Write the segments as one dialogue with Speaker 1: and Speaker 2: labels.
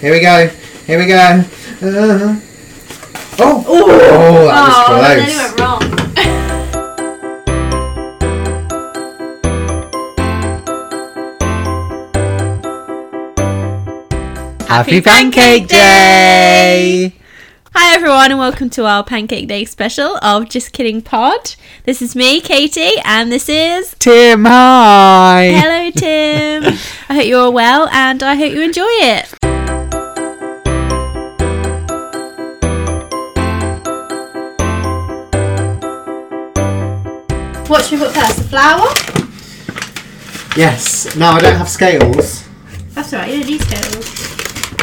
Speaker 1: Here we go. Here we go. Uh-huh. Oh! Oh, that was
Speaker 2: oh,
Speaker 1: close.
Speaker 2: then it went wrong. Happy Pancake Day! Hi everyone, and welcome to our Pancake Day special of Just Kidding Pod. This is me, Katie, and this is
Speaker 1: Tim, hi!
Speaker 2: Hello Tim. I hope you're all well, and I hope you enjoy it. What should we put first? The flour?
Speaker 1: Yes. No, I don't have scales.
Speaker 2: That's alright. You don't need scales.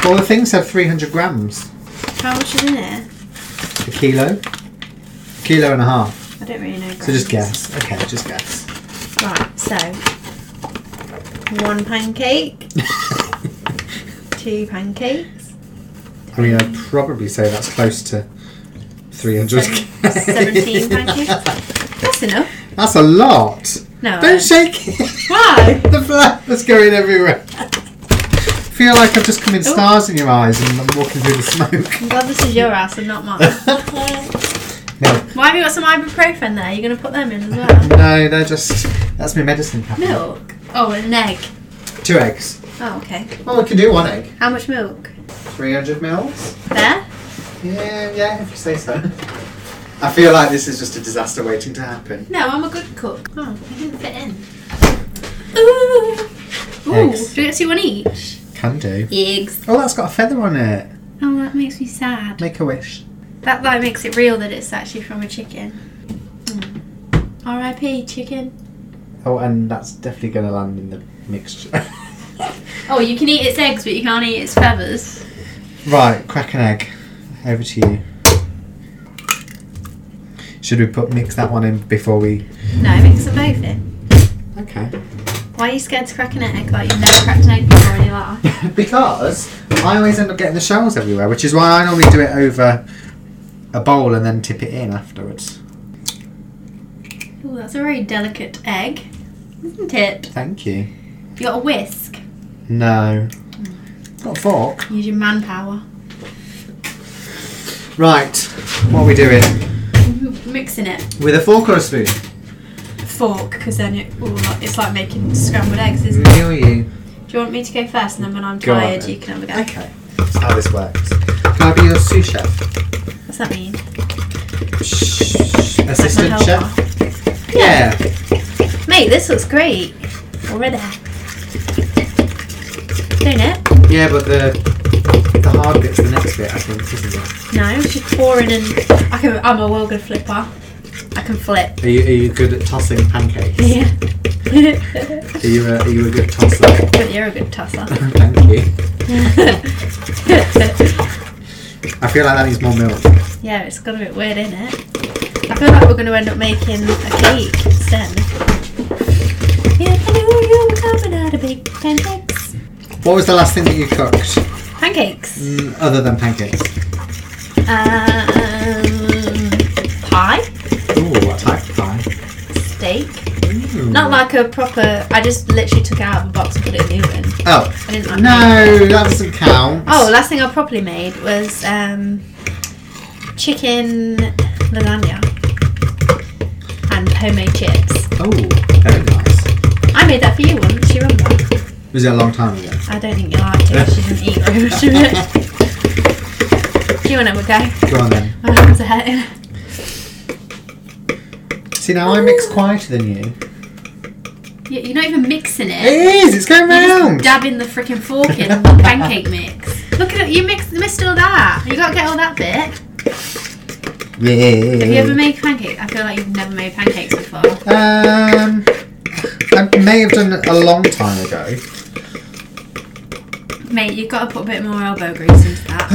Speaker 1: All the things have 300 grams.
Speaker 2: How much is in there?
Speaker 1: A kilo? Kilo and a half.
Speaker 2: I don't really know.
Speaker 1: So just
Speaker 2: grams.
Speaker 1: guess. Okay, just guess.
Speaker 2: Right, so one pancake, two pancakes,
Speaker 1: I mean, I'd probably say that's close to 300.
Speaker 2: seventeen pancakes. That's enough.
Speaker 1: That's a lot.
Speaker 2: No.
Speaker 1: Don't shake it.
Speaker 2: Why?
Speaker 1: the flour's going everywhere. Feel like I've just come in stars in your eyes and I'm walking through the smoke.
Speaker 2: I'm glad this is your ass and not mine.
Speaker 1: No,
Speaker 2: Why have you got some ibuprofen there? You're gonna put them in as well.
Speaker 1: no, they're just that's my medicine cabinet.
Speaker 2: Milk. Oh, an egg.
Speaker 1: Two eggs.
Speaker 2: Oh, okay.
Speaker 1: Well, we can do one egg.
Speaker 2: How much milk?
Speaker 1: 300 mils.
Speaker 2: There.
Speaker 1: Yeah, yeah, if you say so. I feel like this is just a disaster waiting to happen.
Speaker 2: No, I'm a good cook. Oh, I didn't fit in. Ooh. Ooh.
Speaker 1: Eggs.
Speaker 2: Do we get to do one each?
Speaker 1: Can do.
Speaker 2: Eggs.
Speaker 1: Oh, that's got a feather on it.
Speaker 2: Oh, that makes me sad.
Speaker 1: Make a wish.
Speaker 2: That like makes it real that it's actually from a chicken. Mm. R.I.P. chicken.
Speaker 1: Oh, and that's definitely going to land in the mixture.
Speaker 2: Oh, you can eat its eggs, but you can't eat its feathers.
Speaker 1: right, crack an egg. Over to you. Should we put mix that one in before we?
Speaker 2: No, mix them both in.
Speaker 1: Okay.
Speaker 2: Why are you scared to crack an egg? Like you've never cracked an egg before in your life.
Speaker 1: because I always end up getting the shells everywhere, which is why I normally do it over a bowl and then tip it in afterwards.
Speaker 2: Ooh, that's a very delicate egg, isn't it?
Speaker 1: Thank you.
Speaker 2: You got a whisk.
Speaker 1: No. Got a fork.
Speaker 2: Use your manpower.
Speaker 1: Right, what are we doing?
Speaker 2: Mixing it.
Speaker 1: With a fork or a spoon?
Speaker 2: Fork, because then it, ooh, like- it's like making scrambled eggs, isn't it?
Speaker 1: Me or you?
Speaker 2: Do you want me to go first, and then when I'm
Speaker 1: Go on
Speaker 2: tired,
Speaker 1: then.
Speaker 2: you can have a go?
Speaker 1: Okay. That's how this works. Can I be your sous chef?
Speaker 2: What's that mean?
Speaker 1: Assistant
Speaker 2: helper.
Speaker 1: chef? Yeah.
Speaker 2: Mate, this looks great. Already. Don't it?
Speaker 1: Yeah, but the the hard bit's the next bit, I think, isn't it?
Speaker 2: No, she's pouring and I can I'm a well good flipper. I can flip.
Speaker 1: Are you, are you good at tossing pancakes?
Speaker 2: Yeah.
Speaker 1: Are you a, are you a good tosser?
Speaker 2: but you're a good tosser.
Speaker 1: Thank you. I feel like that needs more milk.
Speaker 2: yeah, it's got a bit weird, isn't it? I feel like we're gonna end up making a cake instead. Yeah, hello, you're coming out of big pancakes.
Speaker 1: What was the last thing that you cooked,
Speaker 2: Pancakes.
Speaker 1: mm, other than pancakes?
Speaker 2: Um pie,
Speaker 1: Ooh, what type of pie?
Speaker 2: steak.
Speaker 1: Ooh.
Speaker 2: Not like a proper. I just literally took it out of a box and put it in the oven.
Speaker 1: Oh
Speaker 2: I didn't like
Speaker 1: no, that doesn't count.
Speaker 2: Oh, last thing I properly made was um, chicken lasagna and homemade chips.
Speaker 1: oh, very nice.
Speaker 2: I made that for you once. You remember?
Speaker 1: Was it a long time ago?
Speaker 2: I don't think you liked it. She didn't eat very much of it. Do you want to have a go?
Speaker 1: Go on then.
Speaker 2: My hands are hurting.
Speaker 1: See now I mix quieter than you.
Speaker 2: You- You're not even mixing
Speaker 1: It
Speaker 2: it.
Speaker 1: is. It's going
Speaker 2: You're just
Speaker 1: round.
Speaker 2: dabbing the freaking fork in the pancake mix. Look at it. You mixed, missed all that. You got to get all that bit.
Speaker 1: Yeah.
Speaker 2: Have you ever made pancakes? I feel like you've never made pancakes before.
Speaker 1: Um, I may have done it a long time ago.
Speaker 2: Mate, you've got to put a bit more elbow grease into that.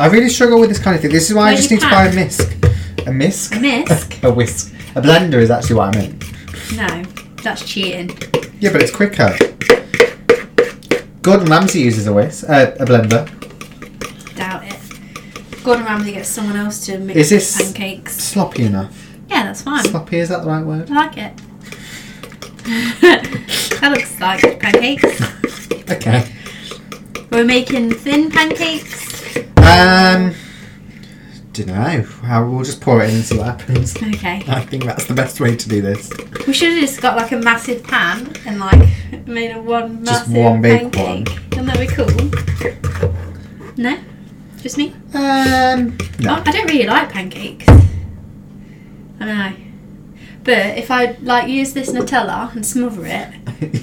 Speaker 1: I really struggle with this kind of thing. This is why I
Speaker 2: Where's
Speaker 1: just
Speaker 2: your
Speaker 1: need to buy a
Speaker 2: pan?
Speaker 1: misc. A misc?
Speaker 2: A misc?
Speaker 1: a whisk. A blender is actually what I meant.
Speaker 2: No, that's cheating.
Speaker 1: Yeah, but it's quicker. Gordon Ramsay uses a whisk, uh, a blender.
Speaker 2: Doubt it. Gordon Ramsay gets someone else to mix
Speaker 1: Is this-
Speaker 2: pancakes.
Speaker 1: Sloppy enough.
Speaker 2: Yeah, that's fine.
Speaker 1: Sloppy, is that the right word?
Speaker 2: I like it. that looks like pancakes.
Speaker 1: Okay.
Speaker 2: We're making thin pancakes.
Speaker 1: Um, don't know. Uh, We'll just pour it in and see what happens.
Speaker 2: Okay.
Speaker 1: I think that's the best way to do this.
Speaker 2: We should have just got like a massive pan and like made a one
Speaker 1: Just
Speaker 2: massive
Speaker 1: one big
Speaker 2: pancake. And that would be cool. No? Just me?
Speaker 1: Um, no.
Speaker 2: Oh, I don't really like pancakes. I know. But if I like use this Nutella and smother it,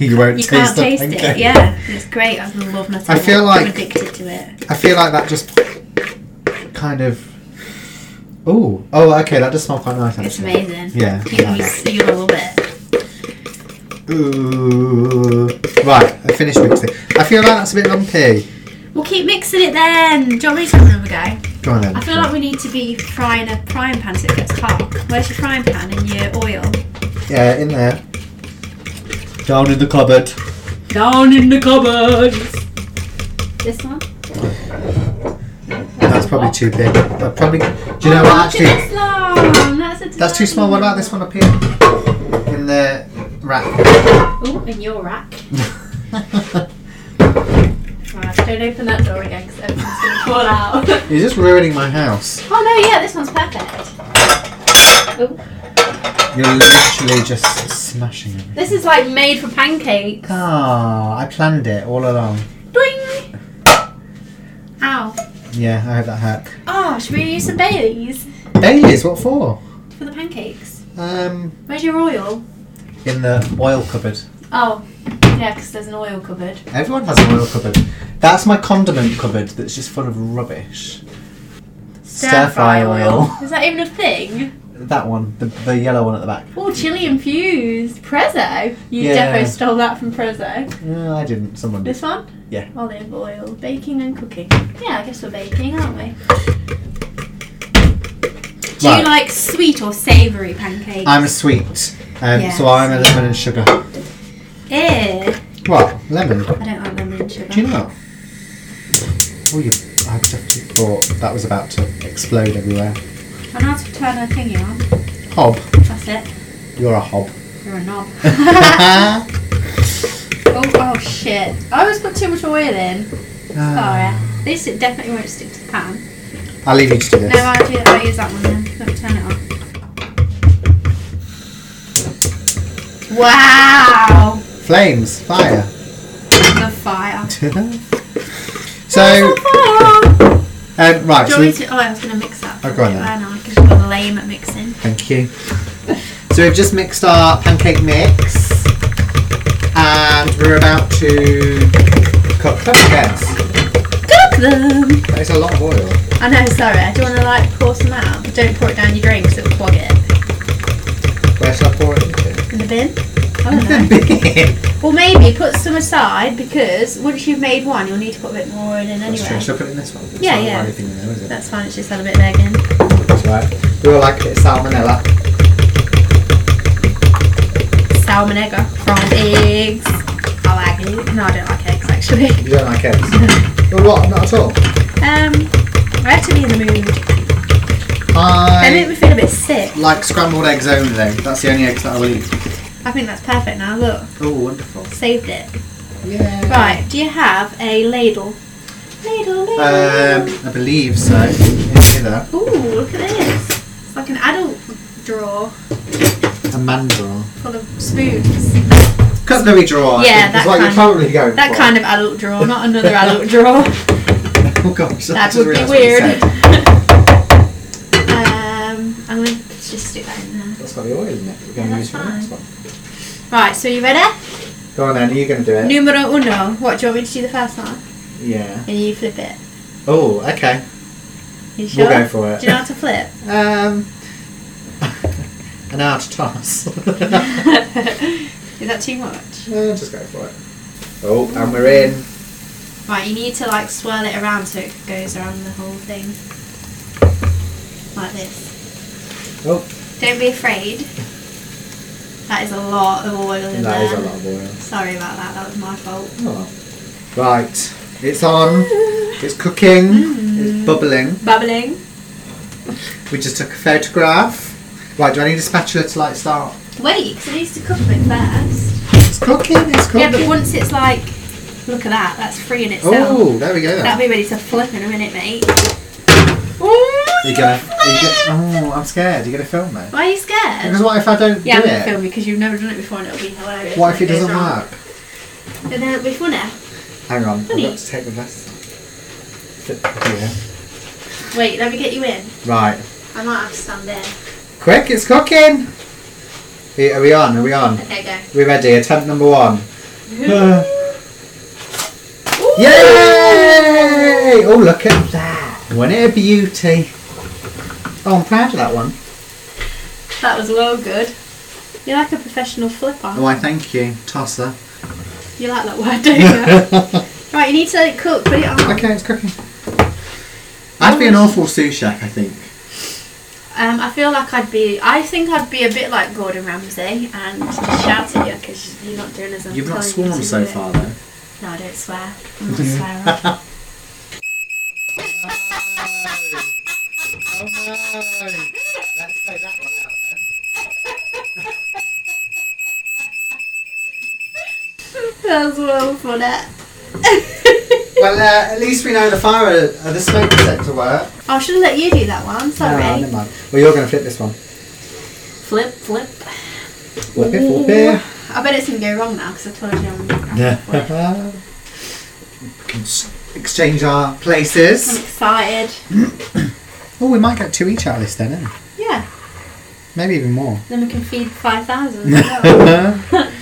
Speaker 1: you won't
Speaker 2: you
Speaker 1: taste,
Speaker 2: can't
Speaker 1: the
Speaker 2: taste
Speaker 1: pancake.
Speaker 2: it. Yeah, it's great. I love Nutella.
Speaker 1: I feel
Speaker 2: I'm
Speaker 1: like-
Speaker 2: addicted to it.
Speaker 1: I feel like that just kind of. Oh, oh, okay. That does smell quite nice. Actually.
Speaker 2: It's amazing.
Speaker 1: Yeah.
Speaker 2: You, you, you love it.
Speaker 1: Ooh. Right, I finished mixing. I feel like that's a bit lumpy.
Speaker 2: We'll keep mixing it then. Do you want me to have another go?
Speaker 1: Go on then.
Speaker 2: I feel like we need to be frying a frying pan so it gets hot. Where's your frying pan and your oil?
Speaker 1: Yeah, in there. Down in the cupboard.
Speaker 2: Down in the cupboard. This one?
Speaker 1: That's probably too big. But probably. Do you know
Speaker 2: Oh,
Speaker 1: what?
Speaker 2: look at
Speaker 1: Actually,
Speaker 2: this long. That's, a
Speaker 1: that's too small. What about this one up here? In the rack.
Speaker 2: Oh, in your rack. Right, don't open that door again because everything's going to fall out.
Speaker 1: You're just ruining my house.
Speaker 2: oh no, yeah, this one's perfect. Oh.
Speaker 1: You're literally just smashing everything.
Speaker 2: This is like made for pancake.
Speaker 1: Ah, I planned it all along.
Speaker 2: Doing. Ow.
Speaker 1: Yeah, I hope that hurt.
Speaker 2: Oh, should we use some Baileys
Speaker 1: Baileys, what for?
Speaker 2: for the pancakes?
Speaker 1: Um,
Speaker 2: Where's your oil?
Speaker 1: in the oil cupboard.
Speaker 2: Oh, yeah, because there's an oil cupboard.
Speaker 1: Everyone has an oil cupboard. That's my condiment cupboard that's just full of rubbish.
Speaker 2: Is that even a thing?
Speaker 1: That one, the, the yellow one at the back.
Speaker 2: Oh, chili infused. Prezzo. You
Speaker 1: Yeah.
Speaker 2: defo stole that from Prezzo.
Speaker 1: No, I didn't. Someone did.
Speaker 2: This one?
Speaker 1: Yeah.
Speaker 2: Olive oil, baking and cooking. Yeah, I guess we're baking, aren't we? Do
Speaker 1: Right.
Speaker 2: you like sweet or savoury pancakes?
Speaker 1: I'm a sweet, um,
Speaker 2: Yes.
Speaker 1: so I'm a lemon and sugar.
Speaker 2: Ew.
Speaker 1: What? Lemon?
Speaker 2: I don't like lemon and sugar.
Speaker 1: Do you know? Oh, you. I definitely thought that was about to explode everywhere.
Speaker 2: I know how to turn a thingy on.
Speaker 1: Hob.
Speaker 2: That's it.
Speaker 1: You're a hob.
Speaker 2: You're a knob. oh, oh shit. I always put too much oil in.
Speaker 1: Uh.
Speaker 2: Sorry. This it definitely won't stick to the pan.
Speaker 1: I'll leave you to do
Speaker 2: No,
Speaker 1: this.
Speaker 2: I'll, do, I'll use that one then. Let me turn it on. Wow!
Speaker 1: Flames, fire.
Speaker 2: The fire.
Speaker 1: so,
Speaker 2: Oh, fire.
Speaker 1: um, right. So
Speaker 2: Do you want me
Speaker 1: we've-
Speaker 2: to, oh, I was going to mix that.
Speaker 1: Oh, go on then.
Speaker 2: I know, because you're lame at mixing.
Speaker 1: thank you. So we've just mixed our pancake mix, and we're about to cook them. Yes,
Speaker 2: Cook them!
Speaker 1: it's a lot of oil.
Speaker 2: I know, sorry. Do you want to like pour some out? But don't pour it down your drink because it'll clog it.
Speaker 1: Where shall I pour it into?
Speaker 2: In the bin? I don't know. Well, maybe put some aside because once you've made one, you'll need to put a bit more in it
Speaker 1: That's true.
Speaker 2: anyway.
Speaker 1: Shall I put it in this one? It's
Speaker 2: Yeah,
Speaker 1: not
Speaker 2: yeah.
Speaker 1: Anything in there, is it?
Speaker 2: That's fine. It's just had a bit of egg in.
Speaker 1: That's right. We all like a bit of salmonella.
Speaker 2: Salmon egg from eggs. I like eggs. No, I don't like eggs actually.
Speaker 1: You don't like eggs? well, what? Not at all.
Speaker 2: Um, I have to be in the mood. They make
Speaker 1: I
Speaker 2: me feel a bit sick.
Speaker 1: like scrambled eggs only. though. That's the only eggs that I will eat.
Speaker 2: I think that's perfect now. Look,
Speaker 1: Oh, wonderful.
Speaker 2: saved it.
Speaker 1: Yeah.
Speaker 2: Right. Do you have a ladle? Ladle, ladle.
Speaker 1: Um, I believe so. Either
Speaker 2: Ooh, look at this. It's like an adult drawer
Speaker 1: a man drawer.
Speaker 2: full of spoons.
Speaker 1: Cutlery drawer. I
Speaker 2: Yeah,
Speaker 1: think, is
Speaker 2: that
Speaker 1: what you're
Speaker 2: kind-
Speaker 1: probably going
Speaker 2: That
Speaker 1: for.
Speaker 2: kind of adult drawer, not another adult drawer.
Speaker 1: Oh gosh, I
Speaker 2: That
Speaker 1: just
Speaker 2: would be
Speaker 1: realised what you
Speaker 2: weird.
Speaker 1: said.
Speaker 2: um, I'm going to just stick that in there.
Speaker 1: That's got the oil in it. We're going
Speaker 2: Yeah,
Speaker 1: to use for the
Speaker 2: that's
Speaker 1: next one.
Speaker 2: Right, so you ready?
Speaker 1: Go on then. Are you going to do it?
Speaker 2: Numero uno. What, do you want me to do the first one?
Speaker 1: Yeah.
Speaker 2: And you flip it.
Speaker 1: Oh, okay.
Speaker 2: You sure?
Speaker 1: We'll go for it.
Speaker 2: Do you know how to flip?
Speaker 1: Um, an hour to toss. Uh,
Speaker 2: Is that too much?
Speaker 1: Yeah, just go for it. Oh, and we're in.
Speaker 2: Right, you need to like swirl it around so it goes around the whole thing. Like this.
Speaker 1: Oh,
Speaker 2: Don't be afraid. That is a lot of oil in
Speaker 1: that
Speaker 2: there.
Speaker 1: is a lot of oil.
Speaker 2: Sorry about that, that was my fault.
Speaker 1: Oh. Right, it's on. It's cooking.
Speaker 2: Mm-hmm.
Speaker 1: It's bubbling.
Speaker 2: Bubbling.
Speaker 1: We just took a photograph. Right, do I need a spatula to like start?
Speaker 2: Wait, because it needs to cook a bit first.
Speaker 1: It's cooking. It's cooking.
Speaker 2: Yeah, but once it's like Look at that. That's free in itself.
Speaker 1: Oh, there we go.
Speaker 2: That'll be ready to flip in a minute, mate.
Speaker 1: You're gonna, are you gonna, oh, I'm scared. You're gonna film me.
Speaker 2: Why are you scared?
Speaker 1: Because what if I don't
Speaker 2: Yeah, I'm
Speaker 1: do
Speaker 2: gonna
Speaker 1: it?
Speaker 2: film because you've never done it before and it'll be hilarious.
Speaker 1: What
Speaker 2: when
Speaker 1: if it
Speaker 2: goes
Speaker 1: doesn't
Speaker 2: wrong.
Speaker 1: work?
Speaker 2: And then it'll be funny.
Speaker 1: Hang on, I've
Speaker 2: Honey.
Speaker 1: got to take the vest. Yeah.
Speaker 2: Wait, let me get you in.
Speaker 1: Right.
Speaker 2: I might have to stand there.
Speaker 1: Quick, it's cooking! Are are we on? Are we on?
Speaker 2: Okay, go.
Speaker 1: we ready. Attempt number one.
Speaker 2: Ooh.
Speaker 1: Yay! Oh, look at that. Wasn't it a beauty? Oh, I'm proud of that one.
Speaker 2: That was well good. You're like a professional flipper.
Speaker 1: Oh, I thank you, tosser.
Speaker 2: You like that word, don't you?
Speaker 1: okay,
Speaker 2: right, you need to let it cook. Put it on.
Speaker 1: it's cooking. I'd be an awful sous chef, I think.
Speaker 2: Um, I feel like I'd be. I think I'd be a bit like Gordon Ramsay and shout at you because you're not doing as I'm
Speaker 1: You've not
Speaker 2: telling
Speaker 1: sworn
Speaker 2: you to
Speaker 1: so
Speaker 2: do it.
Speaker 1: far, though.
Speaker 2: No, I don't swear. I'm not a swearer.
Speaker 1: Let's take that one out then.
Speaker 2: that was well eh? funny.
Speaker 1: Well, uh, at least we know the fire, uh, the smoke detector work.
Speaker 2: Oh, I should have let you do that one. Sorry.
Speaker 1: No, never mind. Well, you're going to flip this one.
Speaker 2: Flip, flip.
Speaker 1: Flip it, flip it.
Speaker 2: I bet it's gonna go wrong now because I told you I'm.
Speaker 1: Yeah. we can s- exchange our
Speaker 2: I'm
Speaker 1: places.
Speaker 2: excited.
Speaker 1: Oh, we might get two each out of this then, eh?
Speaker 2: Yeah.
Speaker 1: Maybe even more.
Speaker 2: Then we can feed five thousand.
Speaker 1: oh.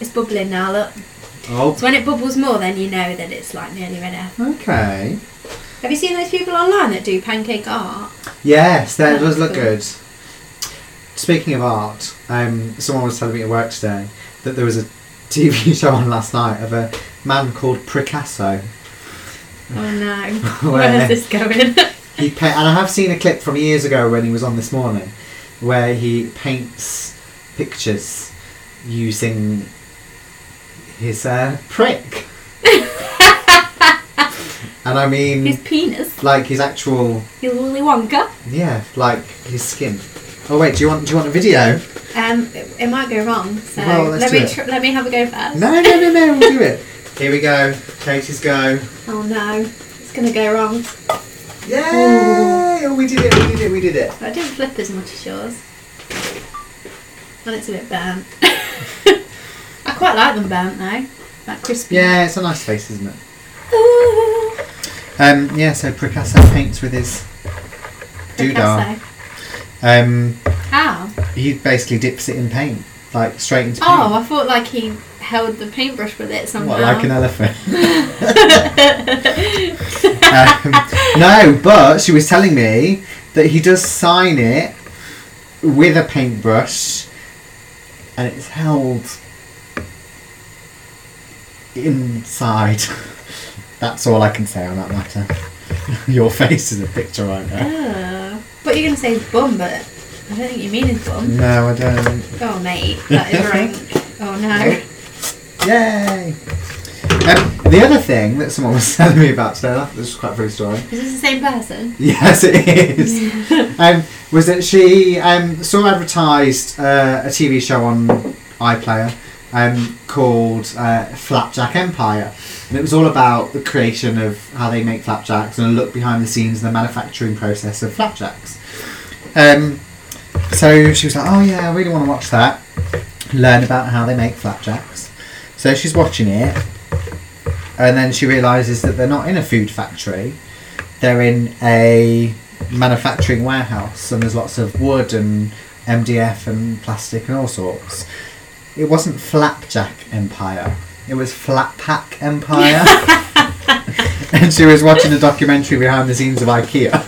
Speaker 2: it's bubbling now. Look. So when it bubbles more, then you know that it's like nearly ready.
Speaker 1: Okay.
Speaker 2: Have you seen those people online that do pancake art?
Speaker 1: Yes, that
Speaker 2: That
Speaker 1: does look
Speaker 2: looks good.
Speaker 1: good. Speaking of art, um, someone was telling me at work today that there was a TV show on last night of a man called Picasso.
Speaker 2: Oh no.
Speaker 1: Where?
Speaker 2: Where's this going?
Speaker 1: He pa- and I have seen a clip from years ago when he was on this morning, where he paints pictures using his uh, prick. and I mean,
Speaker 2: His penis.
Speaker 1: like his actual,
Speaker 2: His Willy Wonka.
Speaker 1: yeah, like his skin. Oh wait, do you want do you want a video?
Speaker 2: Um, it, it might go wrong. So
Speaker 1: Well, let's
Speaker 2: let
Speaker 1: do
Speaker 2: me
Speaker 1: it.
Speaker 2: tr- let me have a go first.
Speaker 1: No, no, no, no, we'll do it. Here we go. Katie's go.
Speaker 2: Oh no, it's gonna go wrong.
Speaker 1: Yay! Oh, we did it. We did it. We did it.
Speaker 2: I didn't flip as much as yours. And it's a bit burnt. I quite like them burnt though. That crispy.
Speaker 1: Yeah, it's a nice face, isn't it?
Speaker 2: Ooh,
Speaker 1: Um, yeah, so Picasso paints with his doodah.
Speaker 2: Picasso.
Speaker 1: Um,
Speaker 2: How?
Speaker 1: he basically dips it in paint, like straight into paint.
Speaker 2: Oh, I thought like he held the paintbrush with it somehow.
Speaker 1: what, like an elephant? um, no, but she was telling me that he does sign it with a paintbrush, and it's held inside. That's all I can say on that matter. Your face is a picture right now.
Speaker 2: Oh. But you're gonna say his bum, but I don't think you mean his bum.
Speaker 1: No, I don't.
Speaker 2: Oh mate, that is rank. Oh no.
Speaker 1: Yay! Um, the other thing that someone was telling me about today, this is quite a funny story.
Speaker 2: Is this the same person?
Speaker 1: Yes, it is. um, was that she um, saw advertised uh, a TV show on iPlayer um, called uh, Flapjack Empire, and it was all about the creation of how they make flapjacks and a look behind the scenes and the manufacturing process of flapjacks. Um, so she was like, "Oh yeah, I really want to watch that, learn about how they make flapjacks." So she's watching it, and then she realizes that they're not in a food factory they're in a manufacturing warehouse and there's lots of wood and MDF and plastic and all sorts. It wasn't Flapjack Empire. It was Flatpack Empire. and she was watching a documentary behind the scenes of IKEA.
Speaker 2: Oh,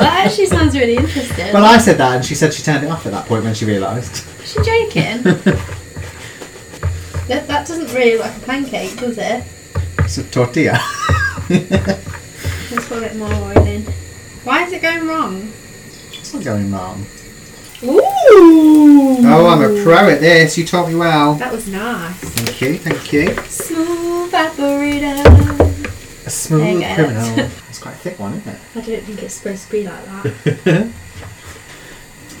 Speaker 2: that actually sounds really interesting.
Speaker 1: Well, I said that and she said she turned it off at that point when she realised.
Speaker 2: Is she joking? that, that doesn't really look like a pancake, does it?
Speaker 1: It's a tortilla.
Speaker 2: Let's put a bit more oil in. Why is it going wrong?
Speaker 1: What's going wrong?
Speaker 2: Ooh!
Speaker 1: Oh, I'm a pro at this. You taught me well.
Speaker 2: That was nice.
Speaker 1: Thank you, thank you.
Speaker 2: Smooth burrito.
Speaker 1: A smooth
Speaker 2: Dang it.
Speaker 1: criminal. It's quite a thick one, isn't it?
Speaker 2: I don't think it's supposed to be like that.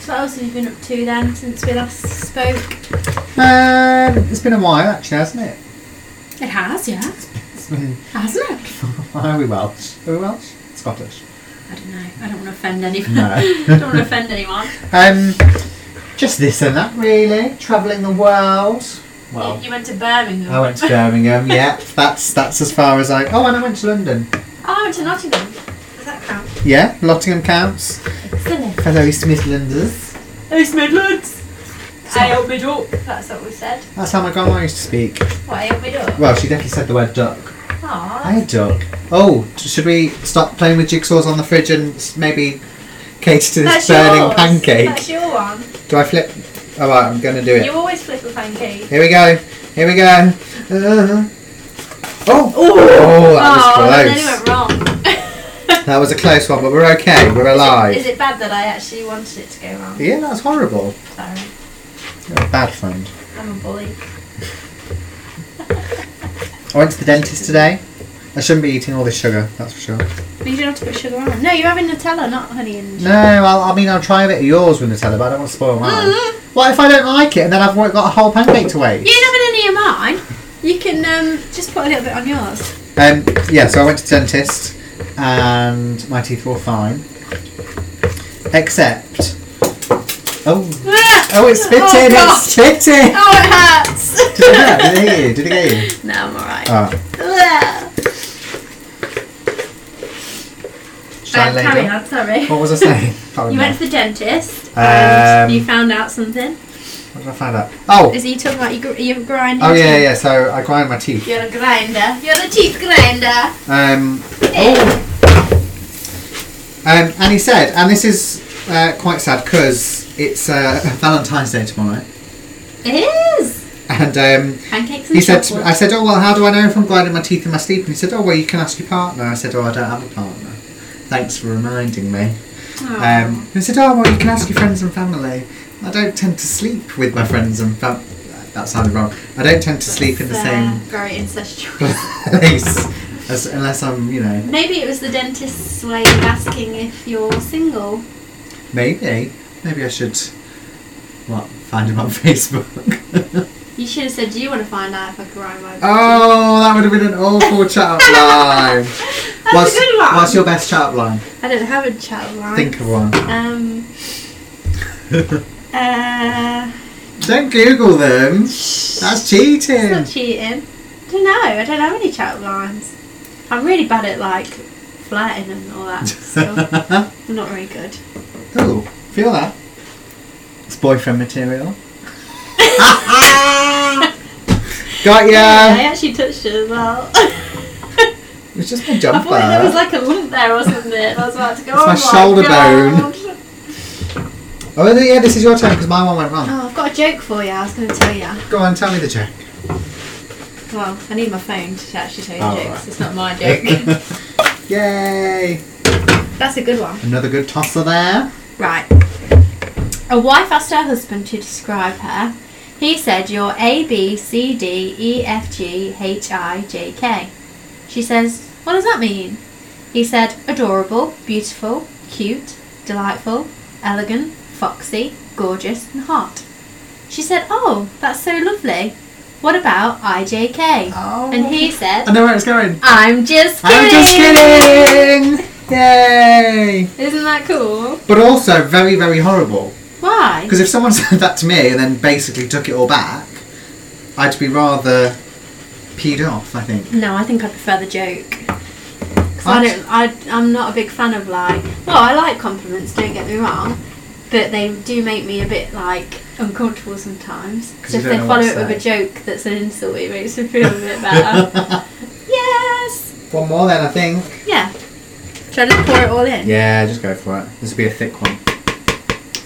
Speaker 2: So what else have you been up to then since we last spoke?
Speaker 1: Um, it's been a while actually, hasn't it?
Speaker 2: It has, yeah.
Speaker 1: It's than
Speaker 2: Hasn't it?
Speaker 1: Why are we Welsh? Are we Welsh? Scottish.
Speaker 2: I don't know. I don't want to offend anyone.
Speaker 1: No.
Speaker 2: don't want to offend anyone.
Speaker 1: Um, just this and that, really. Travelling the world.
Speaker 2: you, you went to Birmingham.
Speaker 1: I went to Birmingham. yeah, that's that's as far as I. Oh, and I went to London.
Speaker 2: Oh, I went to Nottingham. Does that count?
Speaker 1: Yeah, Nottingham counts.
Speaker 2: Excellent.
Speaker 1: Hello, East Midlanders.
Speaker 2: East Midlands. I opened up. That's what we said.
Speaker 1: That's how my grandma used to speak.
Speaker 2: What, I opened up?
Speaker 1: Well, she definitely said the word duck.
Speaker 2: Aww.
Speaker 1: Hi, duck. Oh, t- should we stop playing with jigsaws on the fridge and s- maybe cater to this
Speaker 2: That's
Speaker 1: burning
Speaker 2: yours.
Speaker 1: pancake?
Speaker 2: That's your one.
Speaker 1: Do I flip? All right, I'm gonna do it.
Speaker 2: You always flip a pancake.
Speaker 1: Here we go. Here we go. Uh, oh! Oh,
Speaker 2: oh,
Speaker 1: that
Speaker 2: and
Speaker 1: was
Speaker 2: then
Speaker 1: close.
Speaker 2: it went wrong.
Speaker 1: That was a close one, but we're okay. We're alive.
Speaker 2: Is it bad that I actually wanted it to go wrong?
Speaker 1: Yeah, that was horrible.
Speaker 2: Sorry.
Speaker 1: Bad friend.
Speaker 2: I'm a bully.
Speaker 1: I went to the dentist today. I shouldn't be eating all this sugar, that's for sure.
Speaker 2: But you don't have to put sugar on. No, you're having Nutella, not honey and
Speaker 1: No, I'll, I mean, I'll try a bit of yours with Nutella, but I don't want to spoil mine. What if I don't like it and then I've wa- got a whole pancake to
Speaker 2: You
Speaker 1: wait?
Speaker 2: ain't having any of mine. You can um, just put a little bit on yours.
Speaker 1: Um, yeah, so I went to the dentist and my teeth were fine. Except. Oh, oh it's spitting!
Speaker 2: God.
Speaker 1: it's spitting!
Speaker 2: Oh, it hurts.
Speaker 1: Did it hurt? Did it get you? Did it get you?
Speaker 2: No, I'm alright.
Speaker 1: Ah,
Speaker 2: Ugh.
Speaker 1: shall Oh, I
Speaker 2: Um,
Speaker 1: lay
Speaker 2: carry
Speaker 1: down?
Speaker 2: on, sorry.
Speaker 1: What was I saying? Can't
Speaker 2: You
Speaker 1: remember.
Speaker 2: went to the dentist
Speaker 1: Um,
Speaker 2: and you found out something.
Speaker 1: What did I find out? Oh,
Speaker 2: Is he talking about you, gr- you grinding?
Speaker 1: oh yeah,
Speaker 2: teeth?
Speaker 1: yeah. So I grind my teeth.
Speaker 2: You're a grinder. You're a teeth grinder.
Speaker 1: Um,
Speaker 2: Oh.
Speaker 1: um, and he said, and this is uh, quite sad because it's uh, Valentine's Day tomorrow,
Speaker 2: It is.
Speaker 1: and um,
Speaker 2: Pancakes and
Speaker 1: he said, to me,
Speaker 2: chocolate.
Speaker 1: I said, oh well, how do I know if I'm grinding my teeth in my sleep? And he said, oh well, you can ask your partner. I said, oh, I don't have a partner. Thanks for reminding me.
Speaker 2: Aw.
Speaker 1: Um, and I said, oh, well, you can ask your friends and family. I don't tend to sleep with my friends and family. That sounded wrong. I don't tend to sleep in the
Speaker 2: It's, uh,
Speaker 1: same
Speaker 2: Very incestuous.
Speaker 1: place as, unless I'm, you know,
Speaker 2: Maybe it was the dentist's way of asking if you're single.
Speaker 1: maybe. Maybe I should, what, find him on Facebook.
Speaker 2: You should have said, "Do you want to find out if I can ride my?"
Speaker 1: oh, that would have been an awful chat up line.
Speaker 2: That's
Speaker 1: what's,
Speaker 2: a good one.
Speaker 1: what's your best chat up line?
Speaker 2: I don't have a chat line.
Speaker 1: Think of one.
Speaker 2: Um. uh.
Speaker 1: Don't Google them. That's
Speaker 2: It's
Speaker 1: cheating.
Speaker 2: not cheating. I don't know. I don't have any chat lines. I'm really bad at like flirting and all that stuff. I'm not very good.
Speaker 1: Ooh, feel that. It's boyfriend material. Got
Speaker 2: I
Speaker 1: ya!
Speaker 2: actually touched it as well.
Speaker 1: It was just my
Speaker 2: I
Speaker 1: jumper.
Speaker 2: thought there was like a lump there, wasn't it? I was about to go.
Speaker 1: It's my
Speaker 2: oh
Speaker 1: shoulder
Speaker 2: God."
Speaker 1: oh, yeah, this is your turn because my one went wrong.
Speaker 2: Oh, I've got a joke for you. I was going to tell you.
Speaker 1: Go on, tell me the joke.
Speaker 2: Well, I need my phone to actually tell you
Speaker 1: Oh,
Speaker 2: jokes.
Speaker 1: right.
Speaker 2: It's not my joke.
Speaker 1: Yay!
Speaker 2: That's a good one.
Speaker 1: Another good tosser there.
Speaker 2: Right. A wife asked her husband to describe her. He said, You're A, B, C, D, E, F, G, H, I, J, K. She says, What does that mean? He said, Adorable, beautiful, cute, delightful, elegant, foxy, gorgeous, and hot. She said, Oh, that's so lovely. What about I, J, K?
Speaker 1: Oh.
Speaker 2: And he
Speaker 1: I
Speaker 2: said,
Speaker 1: know where it's going.
Speaker 2: I'm just kidding.
Speaker 1: I'm just kidding! Yay!
Speaker 2: Isn't that cool?
Speaker 1: But also very, very horrible.
Speaker 2: Why?
Speaker 1: Because if someone said that to me and then basically took it all back, I'd be rather peed off, I think.
Speaker 2: No, I think I prefer the joke. 'Cause
Speaker 1: What?
Speaker 2: I don't. I, I'm not a big fan of like. Well, I like compliments. Don't get me wrong, but they do make me a bit like uncomfortable sometimes.
Speaker 1: 'Cause you
Speaker 2: So
Speaker 1: don't
Speaker 2: if they
Speaker 1: know what
Speaker 2: follow
Speaker 1: to
Speaker 2: it with a joke that's an insult, it makes me feel a bit better.
Speaker 1: One
Speaker 2: yes.
Speaker 1: more then, I think.
Speaker 2: Yeah. Should I just pour it all in?
Speaker 1: Yeah, just go for it. This will be a thick one.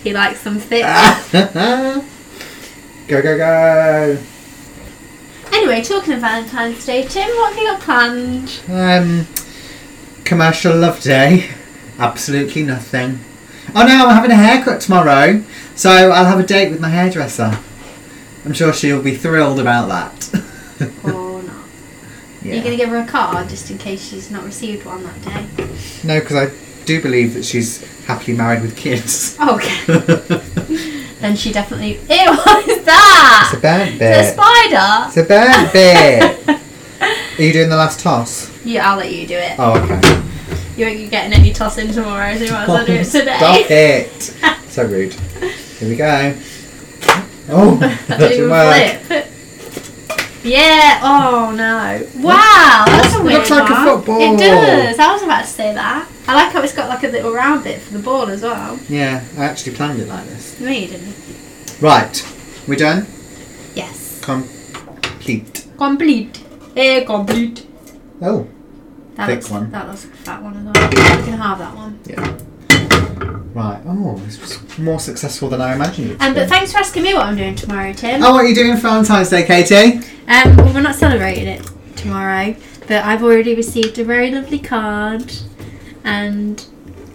Speaker 2: He likes some thick.
Speaker 1: Ah. go, go, go.
Speaker 2: anyway, talking of Valentine's Day, Tim, what have you got planned?
Speaker 1: Um, commercial love day. Absolutely nothing. Oh no, I'm having a haircut tomorrow, so I'll have a date with my hairdresser. I'm sure she'll be thrilled about that.
Speaker 2: Or not?
Speaker 1: yeah.
Speaker 2: You're gonna give her a card just in case she's not received one that day.
Speaker 1: No, because I do believe that she's happily married with kids.
Speaker 2: Oh, Okay.
Speaker 1: it's
Speaker 2: Then she definitely. Ew, what is that?
Speaker 1: a bad
Speaker 2: Is it a
Speaker 1: bit.
Speaker 2: spider?
Speaker 1: It's a bad bit. Are you doing the last toss?
Speaker 2: Yeah, I'll let you do it.
Speaker 1: Oh, okay.
Speaker 2: You ain't getting any toss in tomorrow, so you might as well do it today.
Speaker 1: Stop it! so rude. Here we go. Oh, that
Speaker 2: Didn't even
Speaker 1: didn't work.
Speaker 2: flip. Yeah. Oh no. Wow, that's a weird
Speaker 1: Looks like a
Speaker 2: one.
Speaker 1: football.
Speaker 2: It does. I was about to say that. I like how it's got like a little round bit for the ball as well.
Speaker 1: Yeah, I actually planned it like this.
Speaker 2: No, you didn't.
Speaker 1: Right, we done?
Speaker 2: Yes.
Speaker 1: Complete.
Speaker 2: Complete. Eh, complete.
Speaker 1: Oh,
Speaker 2: That
Speaker 1: Thick
Speaker 2: looks,
Speaker 1: one.
Speaker 2: That looks like a fat one as well. You can have that one.
Speaker 1: right. Oh, this was more successful than I imagined. it to
Speaker 2: Um,
Speaker 1: be.
Speaker 2: but thanks for asking me what I'm doing tomorrow, Tim.
Speaker 1: Oh, what are you doing for Valentine's Day, Katie?
Speaker 2: Um, well, we're not celebrating it tomorrow, but I've already received a very lovely card and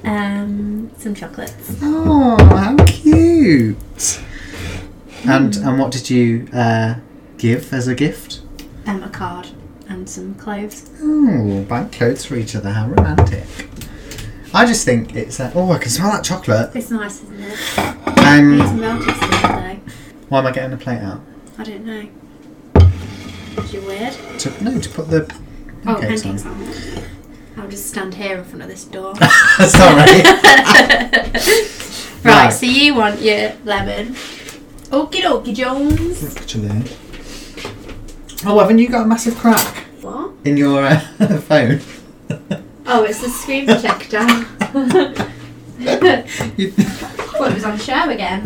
Speaker 2: um, some chocolates.
Speaker 1: Oh, how cute! And and what did you uh, give as a gift?
Speaker 2: Um, a card and some cloves.
Speaker 1: Oh, bank codes for each other. How romantic! I just think it's uh, oh, I can smell that chocolate.
Speaker 2: It's nice, isn't it? It's
Speaker 1: Um,
Speaker 2: melted still though.
Speaker 1: why am I getting a plate out?
Speaker 2: I don't know. Is it weird?
Speaker 1: To, no, to put the
Speaker 2: Oh,
Speaker 1: pancakes
Speaker 2: pancakes on. I'll just stand here in front of this door.
Speaker 1: on. Sorry.
Speaker 2: right,
Speaker 1: Right.
Speaker 2: so you want your lemon. Okie dokie, Jones.
Speaker 1: Actually. Oh, haven't you got a massive crack
Speaker 2: What?
Speaker 1: in your uh, phone?
Speaker 2: Oh, it's the screen protector. Thought
Speaker 1: You-
Speaker 2: it was on show again.